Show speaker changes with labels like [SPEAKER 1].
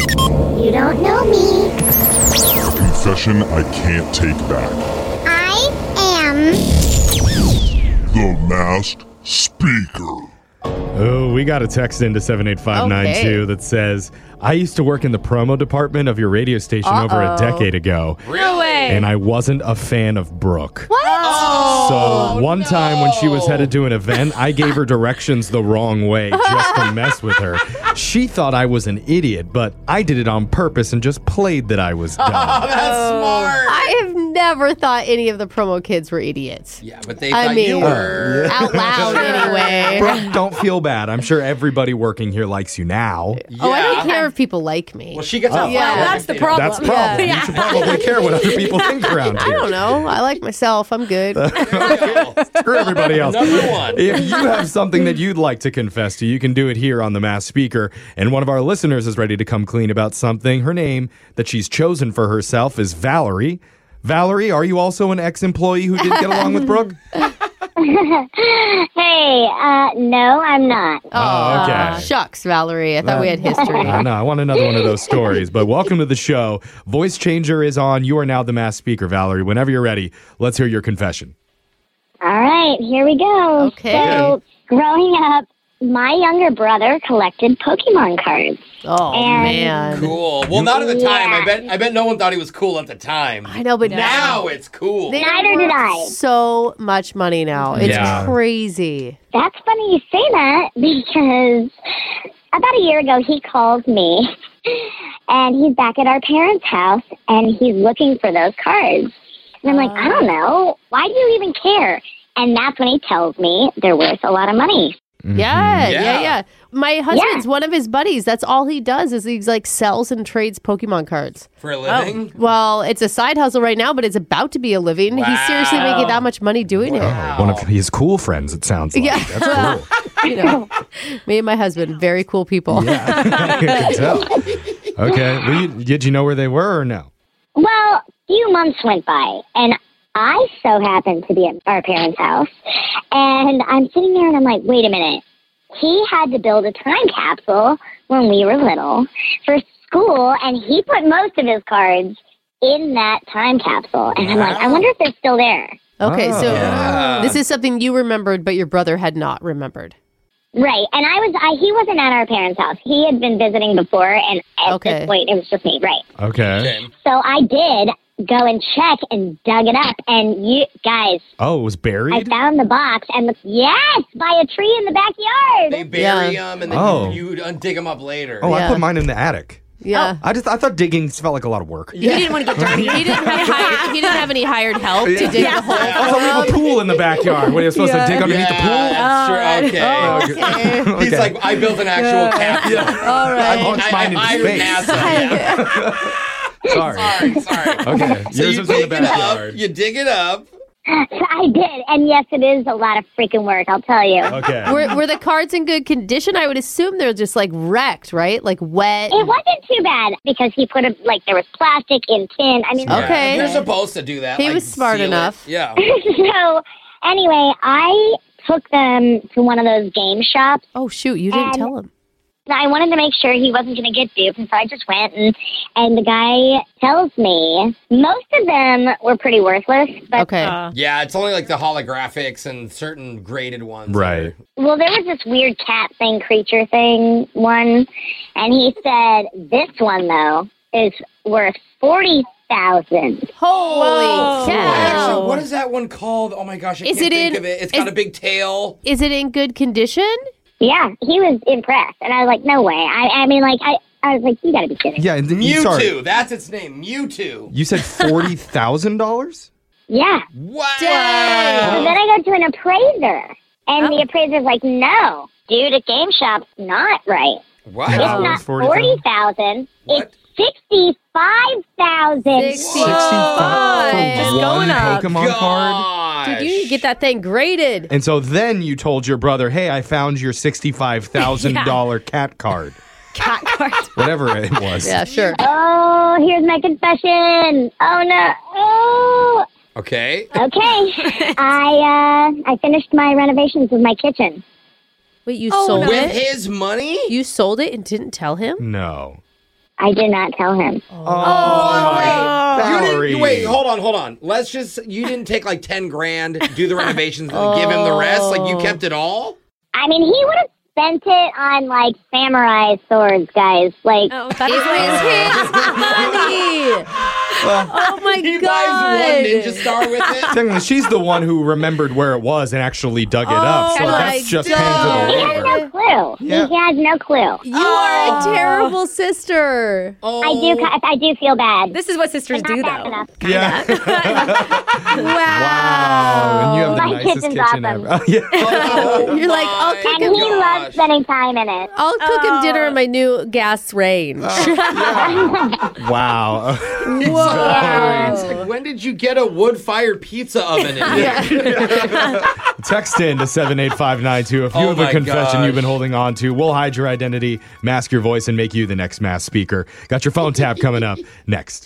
[SPEAKER 1] You don't know me.
[SPEAKER 2] A confession I can't take back.
[SPEAKER 1] I am.
[SPEAKER 2] The masked speaker.
[SPEAKER 3] Oh, we got a text into 78592
[SPEAKER 4] Okay.
[SPEAKER 3] that says, I used to work in the promo department of your radio station over a
[SPEAKER 4] Uh-oh.
[SPEAKER 3] decade ago,
[SPEAKER 4] No way.
[SPEAKER 3] and I wasn't a fan of Brooke.
[SPEAKER 4] what? Oh,
[SPEAKER 3] So one time when she was headed to an event, I gave her directions the wrong way just to mess with her. She thought I was an idiot, but I did it on purpose and just played that I was
[SPEAKER 4] Oh,
[SPEAKER 3] dumb.
[SPEAKER 5] That's smart.
[SPEAKER 4] I have never thought any of the promo kids were idiots.
[SPEAKER 5] Yeah, but they
[SPEAKER 4] I
[SPEAKER 5] thought you
[SPEAKER 4] mean-
[SPEAKER 5] were.
[SPEAKER 4] Out loud, anyway.
[SPEAKER 3] Brooke, don't feel bad. I'm sure everybody working here likes you now.
[SPEAKER 4] Oh, I
[SPEAKER 5] Yeah.
[SPEAKER 4] don't care if people like me.
[SPEAKER 5] Well, she gets out.
[SPEAKER 4] Yeah.
[SPEAKER 5] loud.
[SPEAKER 6] That's the problem.
[SPEAKER 3] That's problem.
[SPEAKER 6] Yeah.
[SPEAKER 3] You should probably care what other people think around here.
[SPEAKER 4] I don't know. I like myself. I'm good.
[SPEAKER 3] Screw everybody else.
[SPEAKER 5] Number one.
[SPEAKER 3] If you have something that you'd like to confess to, you can do it here on the Mass Speaker. And one of our listeners is ready to come clean about something. Her name that she's chosen for herself is Valerie. Valerie, are you also an ex-employee who didn't get along with Brooke?
[SPEAKER 1] Hey, uh, no, I'm not.
[SPEAKER 3] Oh, okay.
[SPEAKER 4] Shucks, Valerie. I thought we had history.
[SPEAKER 3] I know. I want another one of those stories. But welcome to the show. Voice Changer is on. You are now the Mass Speaker, Valerie. Whenever you're ready, let's hear your confession.
[SPEAKER 1] All right, here we go.
[SPEAKER 4] Okay.
[SPEAKER 1] So, growing up, my younger brother collected Pokemon cards.
[SPEAKER 4] Oh
[SPEAKER 1] And-
[SPEAKER 4] man.
[SPEAKER 5] Cool. Well, not at the time. I
[SPEAKER 1] Yeah.
[SPEAKER 5] bet. I bet no one thought he was cool at the time.
[SPEAKER 4] I know, but now,
[SPEAKER 5] Now it's cool.
[SPEAKER 4] they
[SPEAKER 1] Neither
[SPEAKER 4] are
[SPEAKER 1] did I.
[SPEAKER 4] worth So much money now. It's
[SPEAKER 3] Yeah.
[SPEAKER 4] crazy.
[SPEAKER 1] That's funny you say that because about a year ago he called me and he's back at our parents' house and he's looking for those cards. And I'm like, I don't know. Why do you even care? And that's when he tells me they're worth a lot of money.
[SPEAKER 4] Yeah, yeah,
[SPEAKER 5] Mm-hmm. Yeah.
[SPEAKER 4] yeah, My husband's one of his buddies. That's all he does is he's like sells and trades Pokemon cards.
[SPEAKER 5] For a living.
[SPEAKER 4] Well, it's a side hustle right now, but it's about to be a living. He's seriously
[SPEAKER 5] Wow.
[SPEAKER 4] making that much money doing
[SPEAKER 3] Oh, One of his cool friends, it sounds like.
[SPEAKER 4] Yeah.
[SPEAKER 3] That's cool.
[SPEAKER 4] it. You know, me and my husband, very cool people.
[SPEAKER 3] Yeah, you can tell. Okay, well, you, did you know where they were or no?
[SPEAKER 1] Well, few months went by, and I so happened to be at our parents' house, and I'm sitting there and I'm like, wait a minute. He had to build a time capsule when we were little for school, and he put most of his cards in that time capsule. And I'm like, I wonder if they're still there.
[SPEAKER 4] Okay, so
[SPEAKER 5] Oh, Yeah.
[SPEAKER 4] this is something you remembered, but your brother had not remembered.
[SPEAKER 1] Right, and I was I, he wasn't at our parents' house. He had been visiting before, and at
[SPEAKER 4] Okay.
[SPEAKER 1] this point, it was just me. Right,
[SPEAKER 4] Oh.
[SPEAKER 3] Okay.
[SPEAKER 5] Okay.
[SPEAKER 1] so I did go and check and dug it up, and you guys,
[SPEAKER 3] Oh, it was
[SPEAKER 1] I
[SPEAKER 3] buried?
[SPEAKER 1] found the box and the yes by a tree in the backyard.
[SPEAKER 5] They bury
[SPEAKER 4] Yeah.
[SPEAKER 5] them and then
[SPEAKER 3] Oh.
[SPEAKER 5] you, you undig them up later.
[SPEAKER 3] Oh, I
[SPEAKER 4] Yeah.
[SPEAKER 3] put mine in the attic.
[SPEAKER 4] Yeah.
[SPEAKER 3] I just I thought digging felt like a lot of work.
[SPEAKER 6] Oh, He didn't want to get dirty.
[SPEAKER 4] He didn't have hired, he didn't have any hired help to dig the hole.
[SPEAKER 3] Also, we have a pool in the backyard. What are you supposed to dig underneath
[SPEAKER 5] yeah,
[SPEAKER 4] Oh,
[SPEAKER 5] That's true. Okay.
[SPEAKER 3] the pool?
[SPEAKER 5] He's like, I built an actual capsule.
[SPEAKER 4] All
[SPEAKER 3] I
[SPEAKER 4] right.
[SPEAKER 3] launched mine
[SPEAKER 5] I, I
[SPEAKER 3] in
[SPEAKER 5] hired
[SPEAKER 3] space.
[SPEAKER 5] NASA.
[SPEAKER 3] Sorry.
[SPEAKER 5] Yeah. Sorry.
[SPEAKER 3] Okay.
[SPEAKER 5] So
[SPEAKER 3] Yours
[SPEAKER 5] you
[SPEAKER 3] was in the
[SPEAKER 5] dig it
[SPEAKER 3] backyard.
[SPEAKER 5] up. You dig it up.
[SPEAKER 1] I did, and yes, it is a lot of freaking work. I'll tell you.
[SPEAKER 3] Okay.
[SPEAKER 4] Were, were the cards in good condition? I would assume they're just like wrecked, right? Like wet.
[SPEAKER 1] It wasn't too bad because he put a like there was plastic in tin. I mean,
[SPEAKER 4] Okay.
[SPEAKER 5] You're supposed to do that.
[SPEAKER 4] He
[SPEAKER 5] like,
[SPEAKER 4] was smart
[SPEAKER 5] seal it.
[SPEAKER 4] enough.
[SPEAKER 5] Yeah.
[SPEAKER 1] so anyway, I took them to one of those game shops.
[SPEAKER 4] Oh shoot, you didn't
[SPEAKER 1] Um,
[SPEAKER 4] tell him.
[SPEAKER 1] I wanted to make sure he wasn't going to get duped, and so I just went and and the guy tells me most of them were pretty worthless,
[SPEAKER 6] uh,
[SPEAKER 1] but
[SPEAKER 4] Okay.
[SPEAKER 5] Yeah, it's only like the holographics and certain graded ones.
[SPEAKER 3] Right.
[SPEAKER 1] Well, there was this weird cat thing, creature thing, one, and he said this one though is worth forty thousand.
[SPEAKER 4] Holy cow.
[SPEAKER 5] Actually, what is that one called? Oh my gosh, I
[SPEAKER 4] Is
[SPEAKER 5] can't
[SPEAKER 4] it
[SPEAKER 5] think
[SPEAKER 4] in-
[SPEAKER 5] of it. It's
[SPEAKER 4] is-
[SPEAKER 5] got a big tail.
[SPEAKER 4] Is it in good condition?
[SPEAKER 1] Yeah, he was impressed, and I was like, no way. I, I mean, like, I, I was like, you got to be kidding.
[SPEAKER 3] Yeah, and then
[SPEAKER 5] Mewtwo.
[SPEAKER 3] you sorry.
[SPEAKER 5] That's its name. Mewtwo.
[SPEAKER 3] You said forty thousand dollars?
[SPEAKER 1] Yeah.
[SPEAKER 5] Wow.
[SPEAKER 1] So then I go to an appraiser, and the appraiser's like, no, dude, at game shop's not right.
[SPEAKER 5] What?
[SPEAKER 3] Yeah.
[SPEAKER 1] It's
[SPEAKER 3] Oh,
[SPEAKER 1] not
[SPEAKER 3] it's 40,000.
[SPEAKER 1] forty thousand.
[SPEAKER 5] What?
[SPEAKER 1] It's sixty-five thousand.
[SPEAKER 4] Sixty five.
[SPEAKER 3] for
[SPEAKER 6] Just
[SPEAKER 3] one
[SPEAKER 6] going up.
[SPEAKER 5] Oh
[SPEAKER 3] Pokemon card.
[SPEAKER 4] Dude, you need to get that thing graded.
[SPEAKER 3] And so then you told your brother, "Hey, I found your sixty-five thousand thousand dollar cat card,
[SPEAKER 6] Cat card.
[SPEAKER 3] whatever it was."
[SPEAKER 4] Yeah, sure.
[SPEAKER 1] Oh, here's my confession. Oh no. Oh.
[SPEAKER 5] Okay.
[SPEAKER 1] Okay. I uh, I finished my renovations of my kitchen.
[SPEAKER 4] Wait, you
[SPEAKER 6] Oh,
[SPEAKER 4] sold
[SPEAKER 6] no.
[SPEAKER 5] With
[SPEAKER 4] it?
[SPEAKER 5] his money?
[SPEAKER 4] You sold it and didn't tell him?
[SPEAKER 3] No.
[SPEAKER 1] I did not tell him.
[SPEAKER 6] Oh.
[SPEAKER 4] Oh
[SPEAKER 3] Oh
[SPEAKER 5] Oh. You didn't-
[SPEAKER 3] Valerie.
[SPEAKER 5] wait, hold on, hold on. Let's just you didn't take like ten grand, do the renovations, and give him the rest. Like
[SPEAKER 4] Oh.
[SPEAKER 5] you kept it all.
[SPEAKER 1] I mean, he would have spent it on like samurai swords, guys. Like,
[SPEAKER 6] Oh,
[SPEAKER 4] It
[SPEAKER 6] that is
[SPEAKER 4] was his money. oh my
[SPEAKER 5] He
[SPEAKER 4] god!
[SPEAKER 5] buys one ninja star with it.
[SPEAKER 3] Technically, she's the one who remembered where it was and actually dug it up.
[SPEAKER 4] Oh
[SPEAKER 3] So
[SPEAKER 4] my
[SPEAKER 3] that's just
[SPEAKER 4] God.
[SPEAKER 1] he
[SPEAKER 3] tangible
[SPEAKER 1] has
[SPEAKER 3] labor.
[SPEAKER 1] no clue.
[SPEAKER 3] Yeah.
[SPEAKER 1] He has no clue.
[SPEAKER 4] You are a
[SPEAKER 6] Oh.
[SPEAKER 4] terrible sister.
[SPEAKER 5] Oh,
[SPEAKER 1] I do, ki- I do feel bad.
[SPEAKER 6] This is what sisters
[SPEAKER 1] Not
[SPEAKER 6] do,
[SPEAKER 1] bad
[SPEAKER 6] though.
[SPEAKER 1] enough.
[SPEAKER 3] Yeah.
[SPEAKER 4] Wow.
[SPEAKER 3] Wow. And you have the
[SPEAKER 1] My
[SPEAKER 3] nicest
[SPEAKER 1] kitchen's
[SPEAKER 3] kitchen ever.
[SPEAKER 1] awesome.
[SPEAKER 3] Oh, yeah.
[SPEAKER 5] Oh,
[SPEAKER 4] You're like,
[SPEAKER 5] my
[SPEAKER 4] I'll kick
[SPEAKER 1] And
[SPEAKER 4] him.
[SPEAKER 1] he
[SPEAKER 5] gosh.
[SPEAKER 1] loves spending time in it.
[SPEAKER 4] I'll cook him
[SPEAKER 6] Oh.
[SPEAKER 4] dinner in my new gas range.
[SPEAKER 5] Oh.
[SPEAKER 3] Wow.
[SPEAKER 5] It's
[SPEAKER 4] Whoa.
[SPEAKER 5] like, when did you get a wood-fired pizza oven in here?
[SPEAKER 3] Text in to 78592 if you
[SPEAKER 5] Oh
[SPEAKER 3] have a
[SPEAKER 5] my
[SPEAKER 3] confession
[SPEAKER 5] gosh.
[SPEAKER 3] you've been holding on to. We'll hide your identity, mask your voice, and make you the next mass speaker. Got your phone tap coming up next.